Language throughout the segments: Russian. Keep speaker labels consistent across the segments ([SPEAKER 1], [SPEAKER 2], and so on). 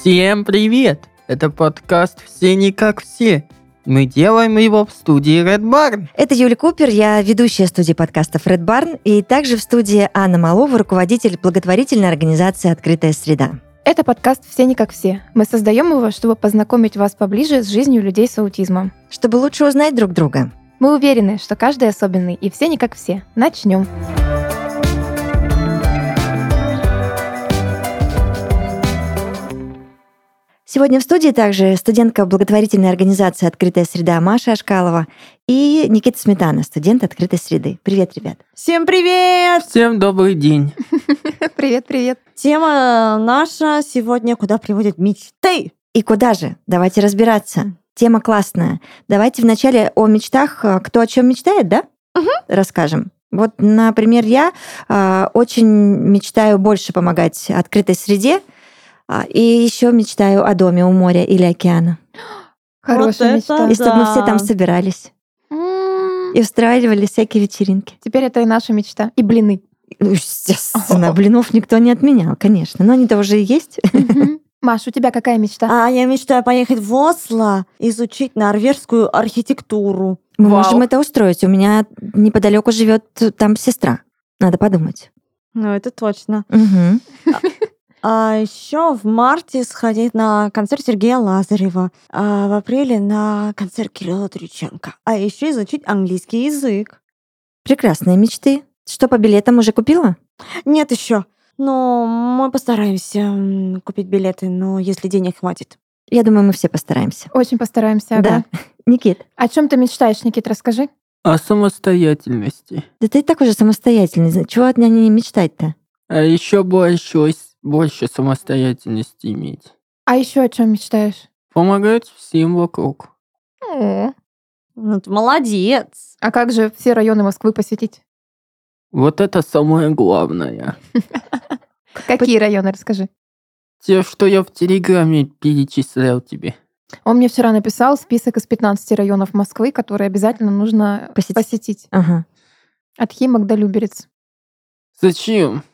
[SPEAKER 1] Всем привет! Это подкаст «Все не как все». Мы делаем его в студии Red Barn.
[SPEAKER 2] Это Юлия Купер, я ведущая студии подкастов Red Barn, и также в студии Анна Малова, руководитель благотворительной организации «Открытая среда».
[SPEAKER 3] Это подкаст «Все не как все». Мы создаем его, чтобы познакомить вас поближе с жизнью людей с аутизмом.
[SPEAKER 2] Чтобы лучше узнать друг друга.
[SPEAKER 3] Мы уверены, что каждый особенный, и все не как все. Начнем.
[SPEAKER 2] Сегодня в студии также студентка благотворительной организации «Открытая среда» Маша Ашкалова и Никита Сметана, студент «Открытой среды». Привет, ребят.
[SPEAKER 4] Всем привет!
[SPEAKER 1] Всем добрый день.
[SPEAKER 3] Привет, привет.
[SPEAKER 4] Тема наша сегодня «Куда приводят мечты?»
[SPEAKER 2] И куда же? Давайте разбираться. Тема классная. Давайте вначале о мечтах, э, кто о чем мечтает, да?
[SPEAKER 3] Мгм.
[SPEAKER 2] Расскажем. Вот, например, я э, очень мечтаю больше помогать открытой среде, а, и еще мечтаю о доме у моря или океана.
[SPEAKER 3] Хорошая
[SPEAKER 4] это
[SPEAKER 3] мечта.
[SPEAKER 2] И чтобы мы все
[SPEAKER 4] Да.
[SPEAKER 2] там собирались
[SPEAKER 3] М,
[SPEAKER 2] и устраивали всякие вечеринки.
[SPEAKER 3] Теперь это и наша мечта. И блины.
[SPEAKER 2] Ну, Естественно, блинов никто не отменял, конечно. Но они-то уже и есть.
[SPEAKER 3] Мгм. Маш, у тебя какая мечта?
[SPEAKER 4] А я мечтаю поехать в Осло, изучить норвежскую архитектуру.
[SPEAKER 2] Мы
[SPEAKER 1] Вау.
[SPEAKER 2] можем это устроить. У меня неподалеку живет там сестра. Надо подумать.
[SPEAKER 4] Ну, это точно.
[SPEAKER 2] Мгм.
[SPEAKER 4] А еще в марте сходить на концерт Сергея Лазарева, а в апреле на концерт Кирилла Триченко. А еще изучить английский язык.
[SPEAKER 2] Прекрасные мечты. Что по билетам уже купила?
[SPEAKER 4] Нет еще. Но мы постараемся м, купить билеты, но если денег хватит.
[SPEAKER 2] Я думаю, мы все постараемся.
[SPEAKER 3] Очень постараемся. ага.
[SPEAKER 2] Да. Никит,
[SPEAKER 3] О чем ты мечтаешь, Никит, расскажи.
[SPEAKER 1] О самостоятельности.
[SPEAKER 2] да ты такой же самостоятельный. Зна- Чего от меня не мечтать-то?
[SPEAKER 1] А еще больше, больше самостоятельности иметь.
[SPEAKER 3] А еще о чем мечтаешь?
[SPEAKER 1] Помогать всем вокруг.
[SPEAKER 3] О,
[SPEAKER 4] Ну, ты молодец.
[SPEAKER 3] А как же все районы Москвы посетить?
[SPEAKER 1] Вот это самое главное.
[SPEAKER 3] Какие районы, расскажи.
[SPEAKER 1] Те, что я в Телеграме перечислял тебе.
[SPEAKER 3] Он мне вчера написал список из 15 районов Москвы, которые обязательно нужно
[SPEAKER 2] Посетить.
[SPEAKER 3] посетить.
[SPEAKER 2] Ага.
[SPEAKER 3] От Химок до Люберец.
[SPEAKER 1] Зачем?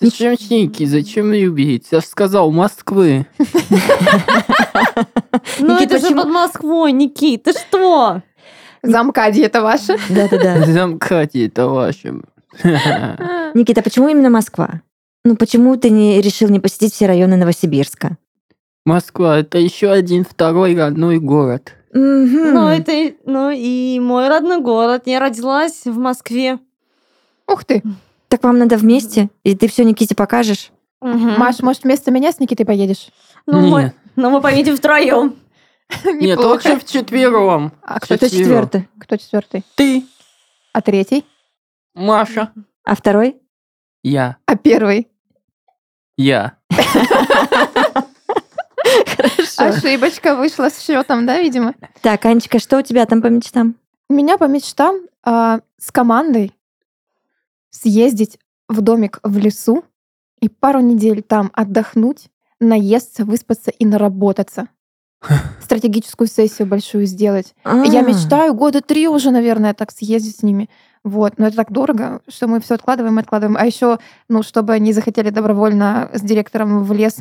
[SPEAKER 1] Зачем Ники? Зачем любить? Я же сказал Москвы.
[SPEAKER 4] Ну
[SPEAKER 2] Никит,
[SPEAKER 4] это же
[SPEAKER 2] почему-
[SPEAKER 4] под Москвой, Никит, ты что?
[SPEAKER 3] Замкади это ваше?
[SPEAKER 2] Да-да-да.
[SPEAKER 1] Замкайте, это вашим.
[SPEAKER 2] Никита, почему именно Москва? Ну почему ты не решил не посетить все районы Новосибирска?
[SPEAKER 1] Москва это еще один второй родной город.
[SPEAKER 2] Мгм.
[SPEAKER 4] Ну, это, и- ну и мой родной город. Я родилась в Москве.
[SPEAKER 3] Ух ты!
[SPEAKER 2] Так вам надо вместе, и ты все Никите покажешь.
[SPEAKER 3] Маш, может, вместо меня с Никитой поедешь?
[SPEAKER 4] ну,
[SPEAKER 1] Нет.
[SPEAKER 4] мы, ну мы поедем втроем.
[SPEAKER 1] Нет, лучше вчетвером.
[SPEAKER 3] А кто
[SPEAKER 1] Четверо.
[SPEAKER 3] четвертый? Кто четвертый?
[SPEAKER 1] Ты,
[SPEAKER 3] А третий?
[SPEAKER 1] Маша,
[SPEAKER 2] А второй?
[SPEAKER 1] я,
[SPEAKER 3] А первый?
[SPEAKER 1] я.
[SPEAKER 2] Хорошо.
[SPEAKER 3] Ошибочка вышла с счетом, да, видимо?
[SPEAKER 2] Так, Анечка, что у тебя там по мечтам?
[SPEAKER 3] У меня по мечтам а, с командой съездить в домик в лесу и пару недель там отдохнуть, наесться, выспаться и наработаться. Стратегическую сессию большую сделать. Я
[SPEAKER 2] А,
[SPEAKER 3] мечтаю года три уже, наверное, так съездить с ними. Вот, но это так дорого, что мы все откладываем, откладываем. А еще, ну, чтобы они захотели добровольно с директором в лес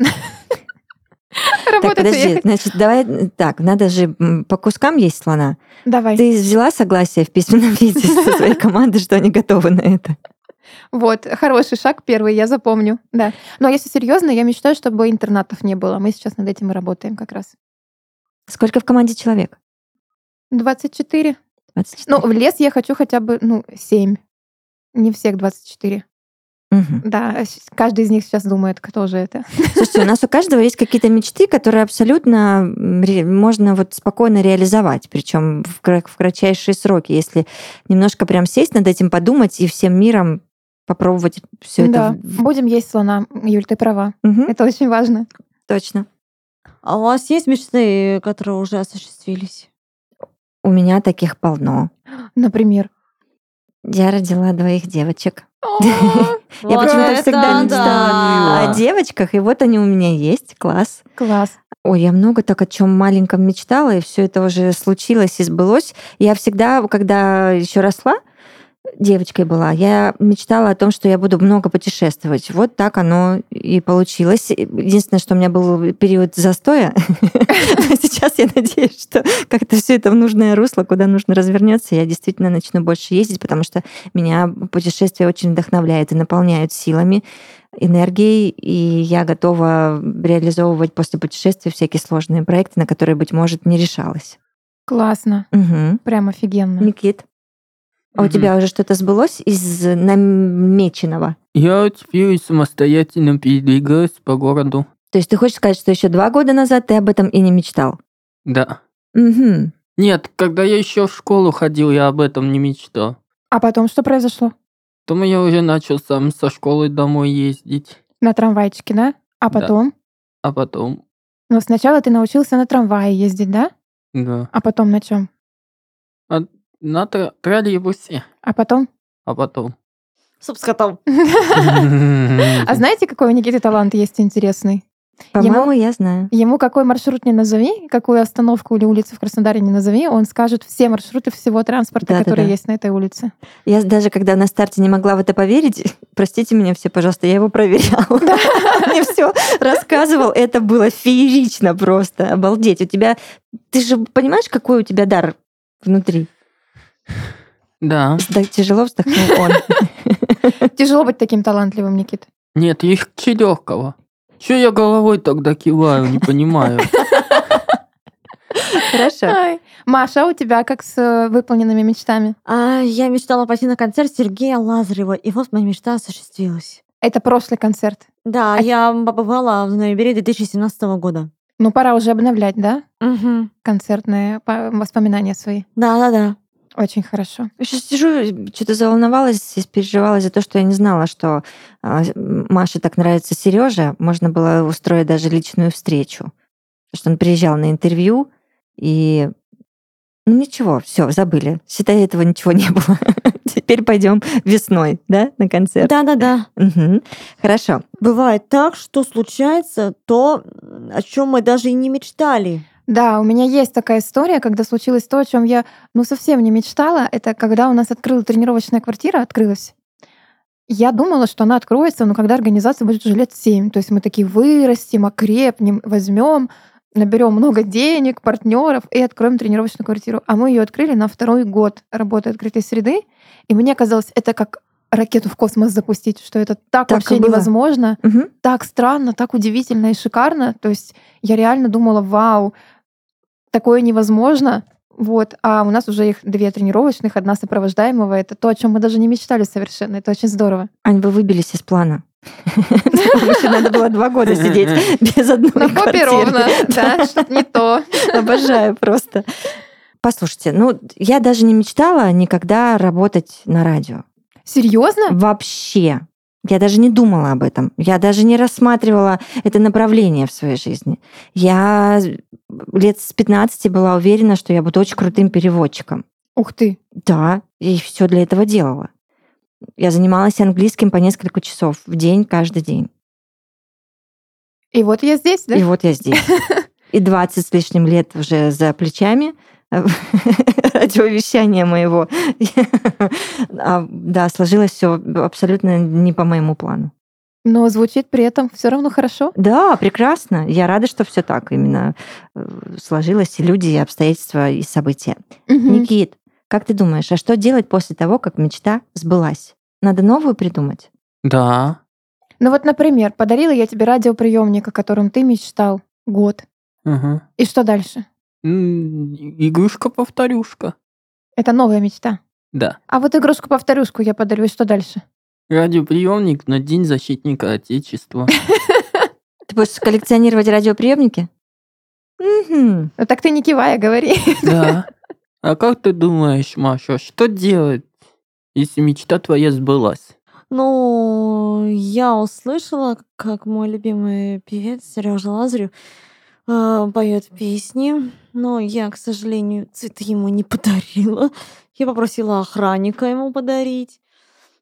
[SPEAKER 2] Так,
[SPEAKER 3] работать и
[SPEAKER 2] подожди, ну,
[SPEAKER 3] ехать.
[SPEAKER 2] значит, давай так, надо же м, по кускам есть слона.
[SPEAKER 3] Давай.
[SPEAKER 2] Ты взяла согласие в письменном виде со своей команды, что они готовы на это?
[SPEAKER 3] Вот, хороший шаг первый, я запомню, да. Но если серьезно, я мечтаю, чтобы интернатов не было. Мы сейчас над этим и работаем как раз.
[SPEAKER 2] Сколько в команде человек?
[SPEAKER 3] 24.
[SPEAKER 2] 24?
[SPEAKER 3] Ну, в лес я хочу хотя бы, ну, 7. Не всех 24.
[SPEAKER 2] Мгм.
[SPEAKER 3] Да, а щ- каждый из них сейчас думает, кто же это.
[SPEAKER 2] Слушайте, у нас у каждого есть какие-то мечты, которые абсолютно м, ре- можно вот спокойно реализовать, причем в, кра- в кратчайшие сроки, если немножко прям сесть над этим, подумать и всем миром попробовать все
[SPEAKER 3] да,
[SPEAKER 2] это. в-
[SPEAKER 3] будем есть слона. Юль, ты права.
[SPEAKER 2] Мгм,
[SPEAKER 3] Это очень важно.
[SPEAKER 2] Точно.
[SPEAKER 4] А у вас есть мечты, которые уже осуществились?
[SPEAKER 2] У меня таких полно.
[SPEAKER 3] Например.
[SPEAKER 2] Я родила двоих девочек. Я
[SPEAKER 4] Вот
[SPEAKER 2] почему-то
[SPEAKER 4] это
[SPEAKER 2] всегда мечтала
[SPEAKER 4] да.
[SPEAKER 2] о девочках, и вот они у меня есть. Класс.
[SPEAKER 3] Класс.
[SPEAKER 2] Ой, я много так о чем маленьком мечтала, и все это уже случилось и сбылось. Я всегда, когда еще росла, девочкой была, я мечтала о том, что я буду много путешествовать. Вот так оно и получилось. Единственное, что у меня был период застоя. Но Сейчас я надеюсь, что как-то все это в нужное русло, куда нужно развернется, я действительно начну больше ездить, потому что меня путешествия очень вдохновляют и наполняют силами энергией, и я готова реализовывать после путешествия всякие сложные проекты, на которые, быть может, не решалась.
[SPEAKER 3] Классно.
[SPEAKER 2] Мгм.
[SPEAKER 3] Прям офигенно.
[SPEAKER 2] Никит, а у
[SPEAKER 1] Мгм.
[SPEAKER 2] тебя уже что-то сбылось из намеченного?
[SPEAKER 1] Я теперь самостоятельно передвигаюсь по городу.
[SPEAKER 2] То есть ты хочешь сказать, что еще два года назад ты об этом и не мечтал?
[SPEAKER 1] Да.
[SPEAKER 2] Угу.
[SPEAKER 1] Нет, когда я еще в школу ходил, я об этом не мечтал.
[SPEAKER 3] А потом что произошло?
[SPEAKER 1] Потом я уже начал сам со школы домой ездить.
[SPEAKER 3] На трамвайчике, да? А
[SPEAKER 1] Да.
[SPEAKER 3] потом?
[SPEAKER 1] А потом...
[SPEAKER 3] Но сначала ты научился на трамвае ездить, да?
[SPEAKER 1] Да.
[SPEAKER 3] А потом на чем?
[SPEAKER 1] На тр- троллейбусе.
[SPEAKER 3] А потом?
[SPEAKER 1] А потом...
[SPEAKER 4] Суп с котом.
[SPEAKER 3] А знаете, какой у Никиты талант есть интересный?
[SPEAKER 2] По-моему, я знаю.
[SPEAKER 3] Ему какой маршрут не назови, какую остановку или улицу в Краснодаре не назови, он скажет все маршруты всего транспорта,
[SPEAKER 2] Да-да-да.
[SPEAKER 3] который есть на этой улице.
[SPEAKER 2] Я даже когда на старте не могла в это поверить, простите меня все, пожалуйста, я его проверяла. Мне все рассказывал, это было феерично просто, обалдеть. У тебя, ты же понимаешь, какой у тебя дар внутри?
[SPEAKER 1] Да.
[SPEAKER 2] Да, Тяжело вздохнул он.
[SPEAKER 3] Тяжело быть таким талантливым, Никит.
[SPEAKER 1] Нет, легче легкого. Че я головой тогда киваю, не понимаю.
[SPEAKER 2] Хорошо.
[SPEAKER 3] Ай. Маша, а у тебя как с э, выполненными мечтами?
[SPEAKER 4] А, я мечтала пойти на концерт Сергея Лазарева, и вот моя мечта осуществилась.
[SPEAKER 3] Это прошлый концерт.
[SPEAKER 4] Да,
[SPEAKER 3] А-
[SPEAKER 4] я побывала в ноябре 2017 года.
[SPEAKER 3] Ну, пора уже обновлять, да?
[SPEAKER 4] Угу.
[SPEAKER 3] Концертные па- воспоминания свои.
[SPEAKER 4] Да-да-да.
[SPEAKER 3] Очень хорошо.
[SPEAKER 2] Я сейчас сижу, что-то заволновалась, и переживала за то, что я не знала, что а, Маше так нравится Сережа. Можно было устроить даже личную встречу. Потому что он приезжал на интервью, и ну ничего, все, забыли. Считай, этого ничего не было. Теперь пойдем весной, да, на концерт.
[SPEAKER 4] Да-да-да.
[SPEAKER 2] Мгм. Хорошо.
[SPEAKER 4] Бывает так, что случается то, м, о чем мы даже и не мечтали.
[SPEAKER 3] Да, у меня есть такая история, когда случилось то, о чем я ну совсем не мечтала. Это когда у нас открылась тренировочная квартира, открылась. Я думала, что она откроется, но когда организация будет уже лет 7. То есть мы такие вырастем, окрепнем, возьмем, наберем много денег, партнеров и откроем тренировочную квартиру. А мы ее открыли на второй год работы открытой среды. И мне казалось, это как ракету в космос запустить, что это так,
[SPEAKER 2] Так и
[SPEAKER 3] вообще
[SPEAKER 2] было.
[SPEAKER 3] невозможно
[SPEAKER 2] Мгм.
[SPEAKER 3] так странно, так удивительно и шикарно. То есть я реально думала, вау, такое невозможно. Вот, а у нас уже их две тренировочных, одна сопровождаемого. Это то, о чем мы даже не мечтали совершенно. Это очень здорово.
[SPEAKER 2] Ань, вы выбились из плана. Вам еще надо было два года сидеть без одной квартиры.
[SPEAKER 3] да, что-то не то.
[SPEAKER 2] Обожаю просто. Послушайте, ну, я даже не мечтала никогда работать на радио.
[SPEAKER 3] Серьезно?
[SPEAKER 2] Вообще. Я даже не думала об этом. Я даже не рассматривала это направление в своей жизни. Я лет с 15 была уверена, что я буду очень крутым переводчиком.
[SPEAKER 3] Ух ты.
[SPEAKER 2] Да, и все для этого делала. Я занималась английским по несколько часов в день, каждый день.
[SPEAKER 3] И вот я здесь, да?
[SPEAKER 2] И вот я здесь. И 20 с лишним лет уже за плечами э, радиовещания моего. А, Да, сложилось все абсолютно не по моему плану.
[SPEAKER 3] Но звучит при этом все равно хорошо.
[SPEAKER 2] Да, прекрасно. Я рада, что все так именно э, сложилось, и люди, и обстоятельства, и события.
[SPEAKER 3] Мгм.
[SPEAKER 2] Никит, как ты думаешь, а что делать после того, как мечта сбылась? Надо новую придумать?
[SPEAKER 1] Да.
[SPEAKER 3] Ну вот, например, подарила я тебе радиоприемник, о котором ты мечтал год.
[SPEAKER 1] Мгм.
[SPEAKER 3] И что дальше?
[SPEAKER 1] М, Игрушка-повторюшка.
[SPEAKER 3] Это новая мечта.
[SPEAKER 1] Да.
[SPEAKER 3] А вот игрушку-повторюшку я подарю, и что дальше?
[SPEAKER 1] Радиоприемник на День защитника Отечества.
[SPEAKER 2] Ты будешь коллекционировать радиоприемники? Мгм.
[SPEAKER 3] Ну так ты не кивая, говори.
[SPEAKER 1] Да. А как ты думаешь, Маша, что делать, если мечта твоя сбылась?
[SPEAKER 4] Ну, я услышала, как мой любимый певец Сережа Лазарев поет песни, но я, к сожалению, цветы ему не подарила. Я попросила охранника ему подарить.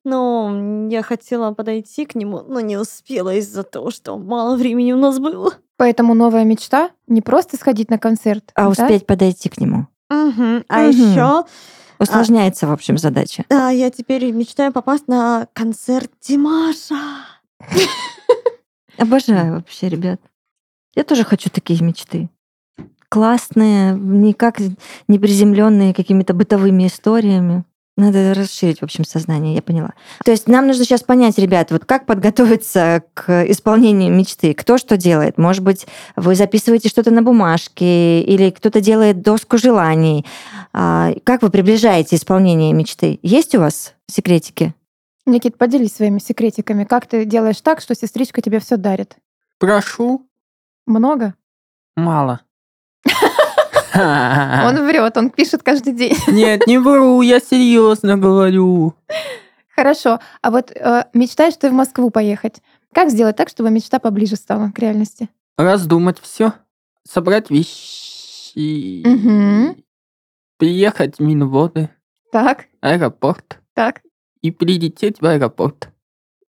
[SPEAKER 4] Но я хотела подойти к нему, но не успела из-за того, что мало времени у нас было.
[SPEAKER 3] Поэтому новая мечта не просто сходить на концерт,
[SPEAKER 2] А
[SPEAKER 3] да?
[SPEAKER 2] успеть подойти к нему?
[SPEAKER 4] А
[SPEAKER 2] Мгм.
[SPEAKER 4] еще
[SPEAKER 2] Усложняется, в общем, задача.
[SPEAKER 4] А я теперь мечтаю попасть на концерт Димаша.
[SPEAKER 2] Обожаю вообще, ребят. Я тоже хочу такие мечты. Классные, никак не приземленные какими-то бытовыми историями. Надо расширить, в общем, сознание, я поняла. То есть нам нужно сейчас понять, ребят, вот как подготовиться к исполнению мечты, кто что делает. Может быть, вы записываете что-то на бумажке, или кто-то делает доску желаний. А, Как вы приближаете исполнение мечты? Есть у вас секретики?
[SPEAKER 3] Никит, поделись своими секретиками. Как ты делаешь так, что сестричка тебе все дарит?
[SPEAKER 1] Прошу
[SPEAKER 3] Много?
[SPEAKER 1] мало.
[SPEAKER 3] Он врет, он пишет каждый день.
[SPEAKER 1] Нет, не вру, я серьезно говорю.
[SPEAKER 3] Хорошо. А вот э, мечтаешь ты в Москву поехать? Как сделать так, чтобы мечта поближе стала к реальности?
[SPEAKER 1] Раздумать все, собрать вещи,
[SPEAKER 3] Мгм.
[SPEAKER 1] приехать в Минводы,
[SPEAKER 3] Так,
[SPEAKER 1] аэропорт
[SPEAKER 3] так.
[SPEAKER 1] и прилететь в аэропорт.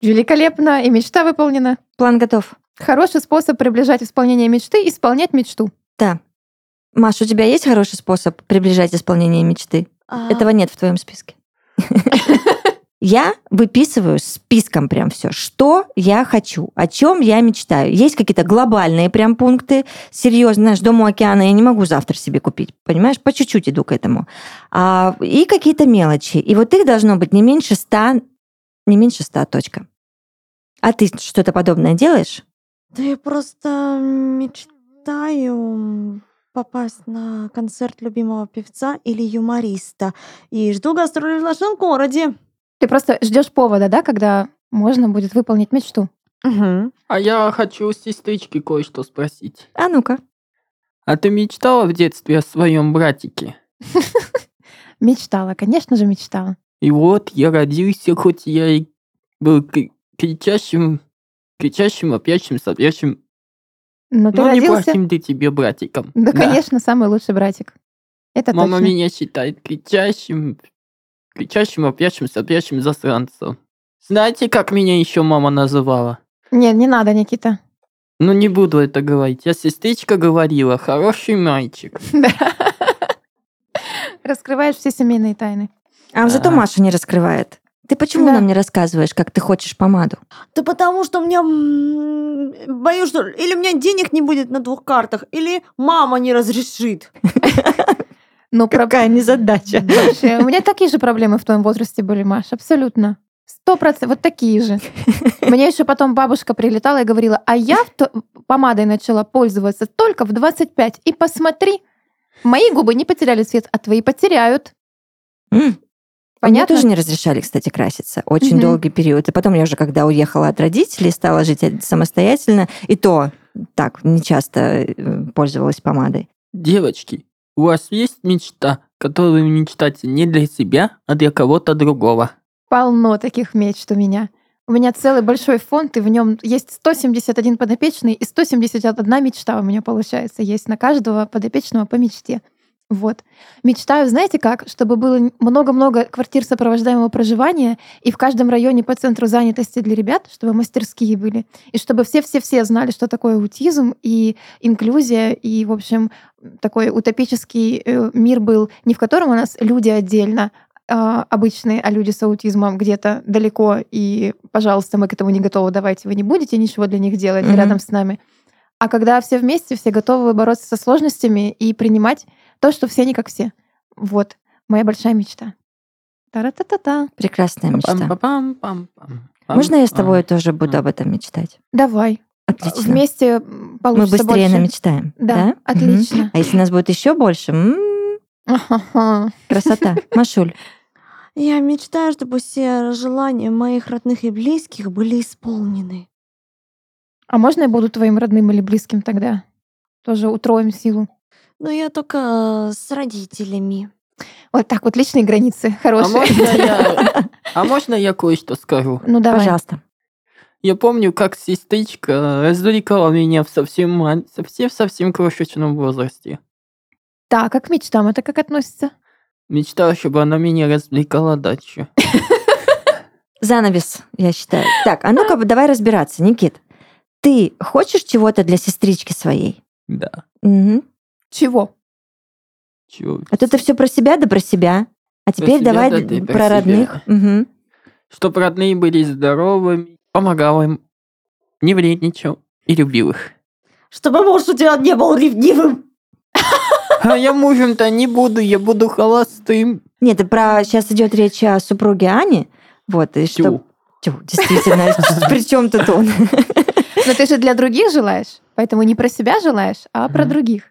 [SPEAKER 3] Великолепно, и мечта выполнена.
[SPEAKER 2] План готов.
[SPEAKER 3] Хороший способ приближать исполнение мечты — исполнять мечту.
[SPEAKER 2] Да. Маш, у тебя есть хороший способ приближать исполнение мечты?
[SPEAKER 4] А,
[SPEAKER 2] Этого нет в твоем списке. Я выписываю списком прям все, что я хочу, о чем я мечтаю. Есть какие-то глобальные прям пункты. Серьезно, знаешь, дом у океана я не могу завтра себе купить. Понимаешь, по чуть-чуть иду к этому. А, и какие-то мелочи. И вот их должно быть не меньше ста, не меньше ста точка. А ты что-то подобное делаешь?
[SPEAKER 4] Да я просто мечтаю попасть на концерт любимого певца или юмориста. И жду гастроли в нашем городе.
[SPEAKER 3] Ты просто ждешь повода, да, когда можно будет выполнить мечту.
[SPEAKER 4] Мгм.
[SPEAKER 1] А я хочу у сестрички кое-что спросить.
[SPEAKER 2] А ну-ка.
[SPEAKER 1] А ты мечтала в детстве о своем братике?
[SPEAKER 3] Мечтала, конечно же, мечтала.
[SPEAKER 1] И вот я родился, хоть я и был к- кричащим, кричащим, опьящим, сопящим,
[SPEAKER 3] Но Ну, А ты
[SPEAKER 1] но Ну, не
[SPEAKER 3] родился...
[SPEAKER 1] плохим ты тебе братиком.
[SPEAKER 3] да, конечно, самый лучший братик.
[SPEAKER 2] А
[SPEAKER 3] Это
[SPEAKER 1] Мама
[SPEAKER 3] точно.
[SPEAKER 1] меня считает кричащим, кричащим, опьящим, сопящим засранцем. Знаете, как меня еще мама называла?
[SPEAKER 3] Не, не надо, Никита.
[SPEAKER 1] Ну, не буду это говорить. Я сестричка говорила, хороший мальчик.
[SPEAKER 3] Да. Раскрываешь все семейные тайны.
[SPEAKER 2] А зато
[SPEAKER 1] Ага.
[SPEAKER 2] Маша не раскрывает. Ты почему
[SPEAKER 3] Да.
[SPEAKER 2] нам не рассказываешь, как ты хочешь помаду?
[SPEAKER 4] Да потому что у меня... м, Боюсь, что или у меня денег не будет на двух картах, или мама не разрешит.
[SPEAKER 3] Ну, про...
[SPEAKER 2] Какая незадача.
[SPEAKER 3] Слушай, у меня такие же проблемы в твоем возрасте были, Маш, абсолютно. Сто процентов, вот такие же. Мне еще потом бабушка прилетала и говорила, а я в то- помадой начала пользоваться только в 25. И посмотри, мои губы не потеряли цвет, а твои потеряют.
[SPEAKER 2] М. А
[SPEAKER 3] Понятно?
[SPEAKER 2] Мне тоже не разрешали, кстати, краситься. Очень
[SPEAKER 3] Мгм.
[SPEAKER 2] долгий период. И потом я уже, когда уехала от родителей, стала жить самостоятельно. И то так, не часто э, пользовалась помадой.
[SPEAKER 1] Девочки, у вас есть мечта, которую вы мечтаете не для себя, а для кого-то другого?
[SPEAKER 3] Полно таких мечт у меня. У меня целый большой фонд, и в нем есть 171 подопечный, и 171 мечта у меня получается есть на каждого подопечного по мечте. Вот. Мечтаю, знаете как, чтобы было много-много квартир сопровождаемого проживания, и в каждом районе по центру занятости для ребят, чтобы мастерские были, и чтобы все-все-все знали, что такое аутизм и инклюзия, и, в общем, такой утопический э, мир был, не в котором у нас люди отдельно, а, обычные, а люди с аутизмом где-то далеко, и, пожалуйста, мы к этому не готовы, давайте вы не будете ничего для них делать
[SPEAKER 2] Мгм.
[SPEAKER 3] рядом с нами. А когда все вместе, все готовы бороться со сложностями и принимать то, что все не как все. Вот моя большая мечта. Тара-та-та-та.
[SPEAKER 2] Прекрасная мечта.
[SPEAKER 1] Пам-пам-пам-пам.
[SPEAKER 2] Можно я с тобой
[SPEAKER 1] Пам-пам.
[SPEAKER 2] тоже буду об этом мечтать?
[SPEAKER 3] Давай.
[SPEAKER 2] Отлично.
[SPEAKER 3] А, Вместе м,
[SPEAKER 2] Мы
[SPEAKER 3] получится
[SPEAKER 2] быстрее
[SPEAKER 3] больше.
[SPEAKER 2] намечтаем.
[SPEAKER 3] Да,
[SPEAKER 2] Да?
[SPEAKER 3] отлично.
[SPEAKER 2] Мгм. А если нас будет еще больше? м,
[SPEAKER 3] Ага.
[SPEAKER 2] Красота. Машуль,
[SPEAKER 4] Я мечтаю, чтобы все желания моих родных и близких были исполнены.
[SPEAKER 3] А можно я буду твоим родным или близким тогда? Тоже утроим силу.
[SPEAKER 4] Но я только э, с родителями.
[SPEAKER 3] Вот так вот, личные границы
[SPEAKER 1] А
[SPEAKER 3] хорошие.
[SPEAKER 1] можно я- а можно я кое-что скажу?
[SPEAKER 3] Ну давай.
[SPEAKER 2] пожалуйста.
[SPEAKER 1] Я помню, как сестричка развлекала меня в совсем совсем-совсем крошечном возрасте.
[SPEAKER 3] Так, а к мечтам это как относится?
[SPEAKER 1] Мечтала, чтобы она меня развлекала дальше.
[SPEAKER 2] Занавес, я считаю. Так, а ну-ка, давай разбираться. Никит, ты хочешь чего-то для сестрички своей?
[SPEAKER 1] Да.
[SPEAKER 2] Мгм.
[SPEAKER 3] Чего?
[SPEAKER 1] Чего?
[SPEAKER 2] А то ты все про себя, да про себя. А теперь
[SPEAKER 1] себя,
[SPEAKER 2] давай
[SPEAKER 1] да, ты про
[SPEAKER 2] про
[SPEAKER 1] себя.
[SPEAKER 2] родных. Мгм.
[SPEAKER 1] Чтоб родные были здоровыми, помогал им, не вредничал и любил их.
[SPEAKER 4] Чтобы муж у тебя не был ревнивым.
[SPEAKER 1] А я мужем-то не буду, я буду холостым.
[SPEAKER 2] Нет, это про сейчас идет речь о супруге Ани. Вот, и
[SPEAKER 1] Тю.
[SPEAKER 2] что... Тю, действительно, при чем тут он?
[SPEAKER 3] Но ты же для других желаешь, поэтому не про себя желаешь, а про
[SPEAKER 1] Мгм.
[SPEAKER 3] других.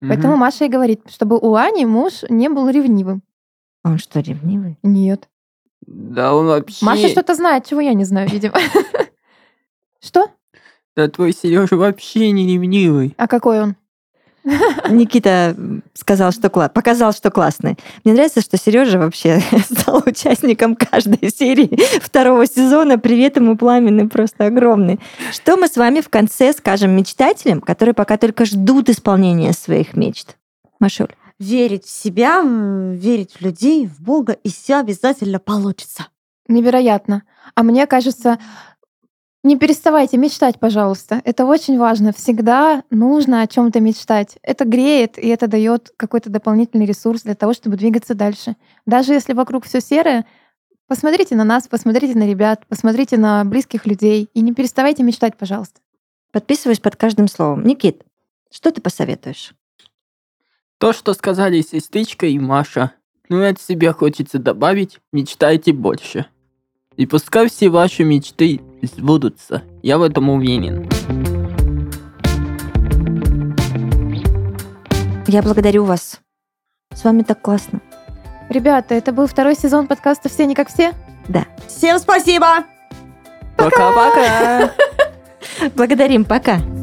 [SPEAKER 1] Мгм.
[SPEAKER 3] Поэтому Маша и говорит, чтобы у Ани муж не был ревнивым.
[SPEAKER 2] А Он что, ревнивый?
[SPEAKER 3] Нет.
[SPEAKER 1] Да он вообще...
[SPEAKER 3] Маша что-то знает, чего я не знаю, видимо. Что?
[SPEAKER 1] Да твой Сережа вообще не ревнивый.
[SPEAKER 3] А какой он?
[SPEAKER 2] Никита сказал, что кла- показал, что классный. Мне нравится, что Сережа вообще стал участником каждой серии второго сезона. Привет ему пламенный, просто огромный. Что мы с вами в конце скажем мечтателям, которые пока только ждут исполнения своих мечт? Машуль.
[SPEAKER 4] Верить в себя, м, верить в людей, в Бога, и все обязательно получится.
[SPEAKER 3] Невероятно. А мне кажется, не переставайте мечтать, пожалуйста. Это очень важно. Всегда нужно о чем-то мечтать. Это греет, и это дает какой-то дополнительный ресурс для того, чтобы двигаться дальше. Даже если вокруг все серое, посмотрите на нас, посмотрите на ребят, посмотрите на близких людей и не переставайте мечтать, пожалуйста.
[SPEAKER 2] Подписываюсь под каждым словом. Никит, что ты посоветуешь?
[SPEAKER 1] То, что сказали сестричка и Маша. Ну и от себя хочется добавить, мечтайте больше. И пускай все ваши мечты сбудутся. Я в этом уверен.
[SPEAKER 2] Я благодарю вас. С вами так классно.
[SPEAKER 3] Ребята, это был второй сезон подкаста «Все не как все».
[SPEAKER 4] Всем спасибо!
[SPEAKER 1] Пока-пока!
[SPEAKER 2] Благодарим, пока.